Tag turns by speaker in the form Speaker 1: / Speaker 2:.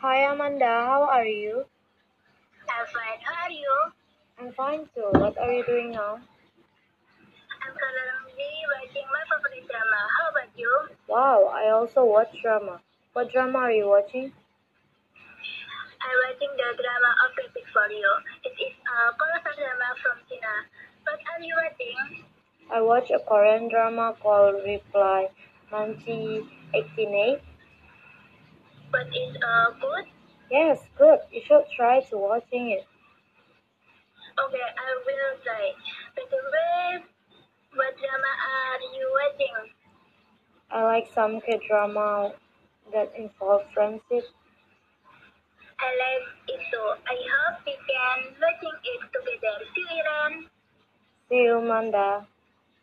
Speaker 1: Hi Amanda, how are you?
Speaker 2: I'm fine. How are you?
Speaker 1: I'm fine too. What are you doing now?
Speaker 2: I'm currently watching my favorite drama. How about you?
Speaker 1: Wow, I also watch drama. What drama are you watching?
Speaker 2: I'm watching the drama of Repeat for You. It is a colossal drama from China. What are you watching?
Speaker 1: I watch a Korean drama called Reply Manchi Ectine.
Speaker 2: What is uh, good?
Speaker 1: Yes, good. You should try to watching it.
Speaker 2: Okay, I will try. By the way, what drama are you watching?
Speaker 1: I like some K drama that involve friendship.
Speaker 2: I like it too. I hope we can watching it together. See you, Ren.
Speaker 1: See you, Amanda.